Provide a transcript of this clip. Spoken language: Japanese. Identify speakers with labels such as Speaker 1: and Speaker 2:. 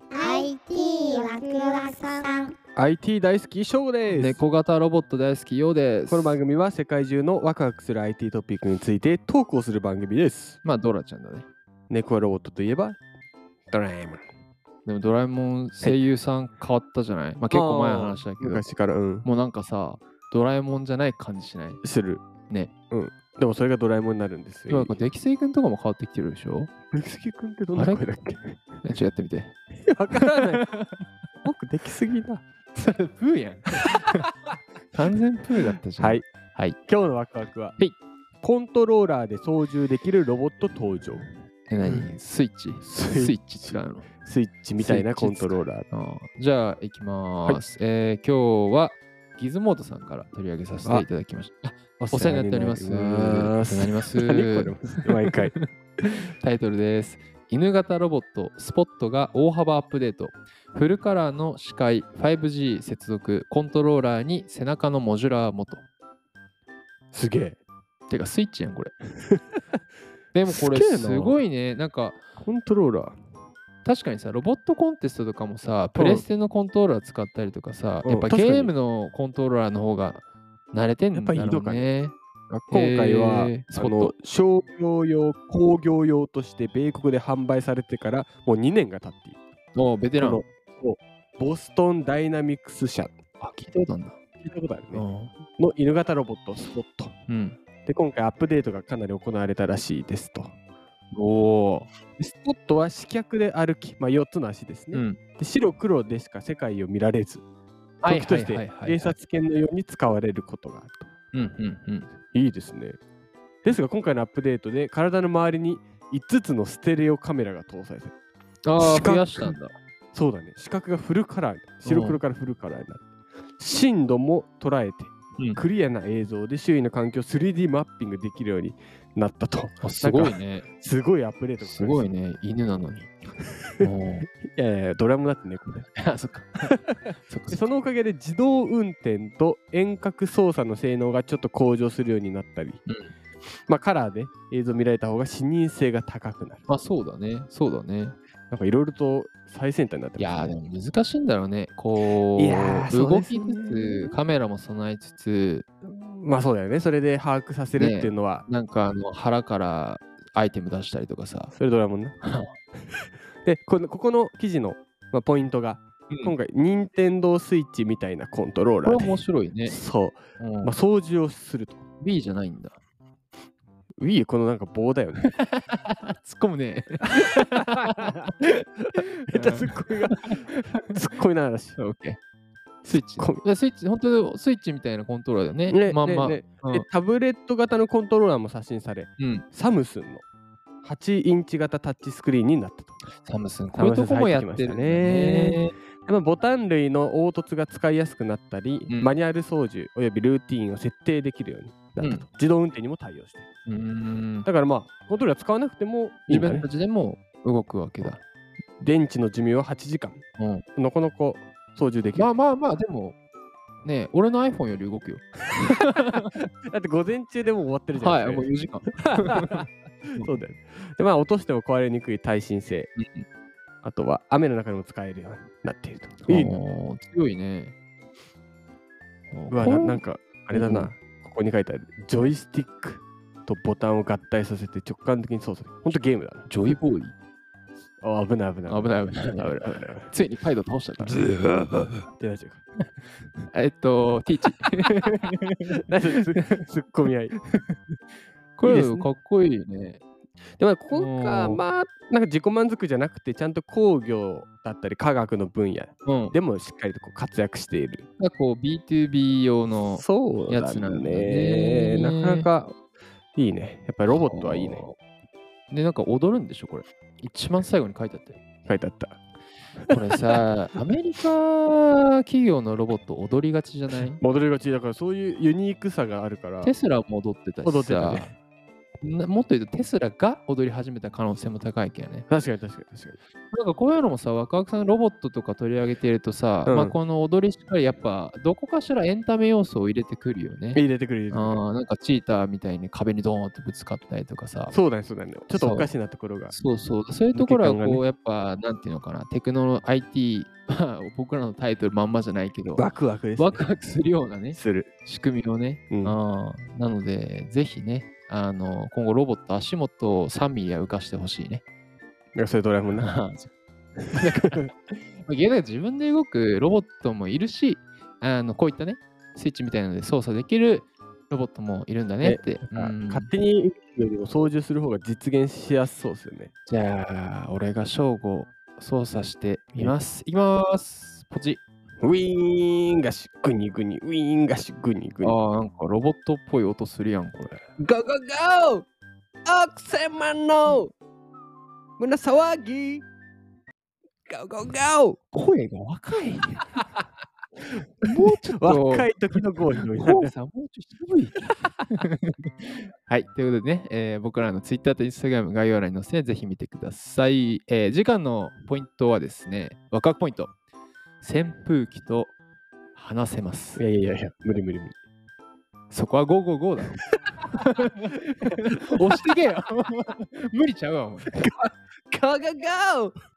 Speaker 1: IT ワクワクさん
Speaker 2: IT 大好き翔です、
Speaker 3: 猫型ロボット大好きようです
Speaker 2: この番組は世界中のワクワクする IT トピックについてトークをする番組です
Speaker 3: まあドラちゃんだね
Speaker 2: 猫やロボットといえばドラえもん
Speaker 3: でもドラえもん声優さん変わったじゃないまあ結構前の話だけど
Speaker 2: 昔からうん
Speaker 3: もうなんかさドラえもんじゃない感じしない
Speaker 2: する
Speaker 3: ね
Speaker 2: うんでもそれがドラえもんになるんです
Speaker 3: 今な
Speaker 2: よ
Speaker 3: んかデキセイ君とかも変わってきてるでし ょ
Speaker 2: デキスケ君ってどんな声だっけ
Speaker 3: えちょっとやってみて
Speaker 2: わから ない僕できすぎだ
Speaker 3: それプー やん完全プーだったじゃん
Speaker 2: はい
Speaker 3: はい
Speaker 2: 今日のワクワクは、
Speaker 3: はい
Speaker 2: コントローラーで操縦できるロボット登場
Speaker 3: え何スイッチ
Speaker 2: スイッチ
Speaker 3: スイッチ違うの
Speaker 2: スイッチみたいな
Speaker 3: スイ
Speaker 2: コ
Speaker 3: ッ
Speaker 2: ン
Speaker 3: チ使
Speaker 2: ト
Speaker 3: う
Speaker 2: ローラー
Speaker 3: あーじゃあ、行きます、えー今日はギズモードさんから取り上げさせていただきました。お世話になっております。お世話になります。
Speaker 2: 何これ毎回
Speaker 3: タイトルです。犬型ロボットスポットが大幅アップデート。フルカラーの視界 5G 接続コントローラーに背中のモジュラー元。
Speaker 2: すげえ
Speaker 3: てかスイッチや ん、これ。でもこれ
Speaker 2: すげえな
Speaker 3: すごいね。なんか
Speaker 2: コントローラ
Speaker 3: 確かにさロボットコンテストとかもさプレステのコントローラー使ったりとかさ、
Speaker 2: うん
Speaker 3: やっぱ
Speaker 2: 確
Speaker 3: ゲ
Speaker 2: かに
Speaker 3: ームのコントローラーの方が慣れてんだ
Speaker 2: や
Speaker 3: ろ
Speaker 2: っぱいいうのか
Speaker 3: ね。
Speaker 2: ー今回は、
Speaker 3: へース
Speaker 2: あ
Speaker 3: ポッ
Speaker 2: の
Speaker 3: ト
Speaker 2: 商業用工業用として米国で販売されてからもう2年が経っている
Speaker 3: もうベテラン。
Speaker 2: このボストンダイナミクス社
Speaker 3: あ、聞いたことあるんだ。
Speaker 2: 聞いたことある
Speaker 3: う
Speaker 2: ねの犬型ロボットスポット
Speaker 3: ん。
Speaker 2: で今回アップデートがかなり行われたらしいですと
Speaker 3: おお。
Speaker 2: スポットは四脚で歩き、まあ、4つの足ですね、
Speaker 3: うん。
Speaker 2: で白黒でしか世界を見られず
Speaker 3: はい
Speaker 2: 時として
Speaker 3: はいはいはいは
Speaker 2: 警
Speaker 3: い
Speaker 2: 察犬のように使われることがあると
Speaker 3: うんうんうん。
Speaker 2: いいですね。ですが今回のアップデートで体の周りに5つのステレオカメラが搭載される。
Speaker 3: ああ、
Speaker 2: 視覚
Speaker 3: 増やしたんだ。
Speaker 2: そうだね。視覚がフルカラーに白黒からフルカラーになる。震度も捉えて、
Speaker 3: うん
Speaker 2: クリアな映像で周囲の環境を 3D マッピングできるようになったと。
Speaker 3: あすごい
Speaker 2: なんか。
Speaker 3: ね。
Speaker 2: すごいアップデートが
Speaker 3: すごい
Speaker 2: ね。
Speaker 3: ね。犬なの に。おー
Speaker 2: いやいやいや、ドラムだってね、これ。
Speaker 3: あ、 そっか。そっか
Speaker 2: でそのおかげで自動運転と遠隔操作の性能がちょっと向上するようになったり、
Speaker 3: うん
Speaker 2: まあカラーで映像見られた方が視認性が高くなる。
Speaker 3: まあそうだね。そうだね。
Speaker 2: なんかいろいろと最先端になって
Speaker 3: いや
Speaker 2: ま
Speaker 3: ー
Speaker 2: す
Speaker 3: で
Speaker 2: ね。
Speaker 3: も難しいんだろうね。こう
Speaker 2: いやーそう
Speaker 3: 動
Speaker 2: です
Speaker 3: き
Speaker 2: ね
Speaker 3: つつ、カメラも備えつつ、
Speaker 2: まあそうだよね。それで把握させるっていうのは、
Speaker 3: なんかあの腹からアイテム出したりとかさ。
Speaker 2: それドラえもん な。でこの、ここの記事の、まあ、ポイントが、今回、任天堂スイッチみたいなコントロー
Speaker 3: こ
Speaker 2: ラ
Speaker 3: れ
Speaker 2: ーで、
Speaker 3: 面白いね。
Speaker 2: そう、
Speaker 3: うん
Speaker 2: まあ、操縦をすると。
Speaker 3: B じゃないんだ。
Speaker 2: Wii、このなんか棒だよ ね。
Speaker 3: 突っ込む ね。
Speaker 2: 下手ツッコミ が、ツッコミならしい。
Speaker 3: オッケー。スイッチ
Speaker 2: こん。
Speaker 3: いやスイッチ、本当にスイッチみたいなコントローラーだよね。
Speaker 2: ね
Speaker 3: まあまあ。
Speaker 2: ねね
Speaker 3: うん
Speaker 2: でタブレット型のコントローラーも刷新され、
Speaker 3: うん。
Speaker 2: サムスンの8インチ型タッチスクリーンになったと。
Speaker 3: サムスン、こういうとこもやってるんだ
Speaker 2: サムスン入ってきま
Speaker 3: ね。
Speaker 2: まあ、ボタン類の凹凸が使いやすくなったり、
Speaker 3: うん
Speaker 2: マニュアル操縦およびルーティーンを設定できるようになったと、自動運転にも対応している
Speaker 3: うーん。
Speaker 2: だからまあコントローラー使わなくてもいい
Speaker 3: 自
Speaker 2: んだ、
Speaker 3: 分
Speaker 2: ね
Speaker 3: た、ちでも動くわけだ。
Speaker 2: 電池の寿命は8時間
Speaker 3: うん。
Speaker 2: のこのこ操縦できる、
Speaker 3: まあまあまあ、でも、ね俺の iPhone より動くよ。
Speaker 2: だって午前中でもう終わってるじゃ
Speaker 3: は
Speaker 2: ない
Speaker 3: い、
Speaker 2: です
Speaker 3: も
Speaker 2: か、
Speaker 3: う4時間。
Speaker 2: そうだよでまあ落としても壊れにくい耐震性あとは雨の中でも使えるようになっているといいな
Speaker 3: おー強いね。
Speaker 2: うわな
Speaker 3: こ
Speaker 2: なんかあれだな、
Speaker 3: うん
Speaker 2: ここに書いてあるジョイスティックとボタンを合体させて直感的に操作ほんとゲームだな
Speaker 3: ジョイボーイ
Speaker 2: あ危ない危ない
Speaker 3: 危ない危ない
Speaker 2: 危ない危ない
Speaker 3: ついにカイド倒したから。
Speaker 2: ってなっちゃうか
Speaker 3: えっと、ティ ーチ。
Speaker 2: ら。何 それツッツッコミ合い。
Speaker 3: こ
Speaker 2: いいで
Speaker 3: れ
Speaker 2: すね
Speaker 3: かっこいいね。
Speaker 2: でも今回は
Speaker 3: うん
Speaker 2: まあなんか自己満足じゃなくてちゃんと工業だったり科学の分野
Speaker 3: うん。
Speaker 2: でもしっかりとこう活躍している。
Speaker 3: なんかこう B2B 用の
Speaker 2: そう
Speaker 3: や
Speaker 2: だ
Speaker 3: つなんだ
Speaker 2: ね。
Speaker 3: ね
Speaker 2: なかなかいいね。やっぱりロボットはいいね。。
Speaker 3: で、なんか踊るんでしょ、これ。一番最後に書いてあって。
Speaker 2: 書いてあった。
Speaker 3: これ さ、アメリカ企業のロボット踊りがちじゃ ない
Speaker 2: 戻りがちだからそういうユニークさがあるから。
Speaker 3: テスラも踊ってたしさ。
Speaker 2: 踊ってたね
Speaker 3: なもっと言うとテスラが踊り始めた可能性も高いけどね。
Speaker 2: 確かに確かに確かに。
Speaker 3: なんかこういうのもさ、若々さんのロボットとか取り上げてるとさ、
Speaker 2: うん
Speaker 3: まあこの踊りしっかりやっぱどこかしらエンタメ要素を入れてくるよね。
Speaker 2: 入れてくる入れて
Speaker 3: あ
Speaker 2: く
Speaker 3: ーなんかチーターみたいに壁にドーンってぶつかったりとかさ
Speaker 2: る。。そうだねそうだね。ちょっと
Speaker 3: そう
Speaker 2: おかしなところが。
Speaker 3: そうそう。そういうところは
Speaker 2: 抜け感
Speaker 3: こ
Speaker 2: が
Speaker 3: う、やっぱ、なんていうのかな、テクノロ IT、まあ 僕らのタイトルまんまじゃないけど、
Speaker 2: ワクワクです、ね。
Speaker 3: ワクワクするようなね、
Speaker 2: する。
Speaker 3: 仕組みをね。
Speaker 2: うん
Speaker 3: あーなので、ぜひね、あの今後ロボット足元を3ミリは浮かしてほしい ね。
Speaker 2: なんかそういうドラえもんな。
Speaker 3: あーだ から、現在自分で動くロボットもいるし、あのこういったね、スイッチみたいなので操作できるロボットもいるんだねって。うん
Speaker 2: 勝手によりも操縦する方が実現しやすそうですよね。
Speaker 3: じゃあ、俺が正午操作してみます。いきます。ポチ。
Speaker 2: ウィーンガシュグニグニウィーンガシュグニグニ
Speaker 3: ああ、なんかロボットっぽい音するやん、これ。
Speaker 2: ゴゴゴー億千万の胸騒ぎゴゴゴ
Speaker 3: 声が若いね。もうちょっと。
Speaker 2: 若い時のゴーにな
Speaker 3: こうさんもうちょっと渋い。 はい、ということでね、えー僕らの Twitter と Instagram 概要欄に載せてぜひ見てください、えー時間のポイントはですね、ワクワクポイント。扇風機と話せます
Speaker 2: い。やいやいや、無理無理無理。
Speaker 3: そこは555だ ろ。押してけよ。無理ちゃうわ、お前。
Speaker 2: ゴゴゴー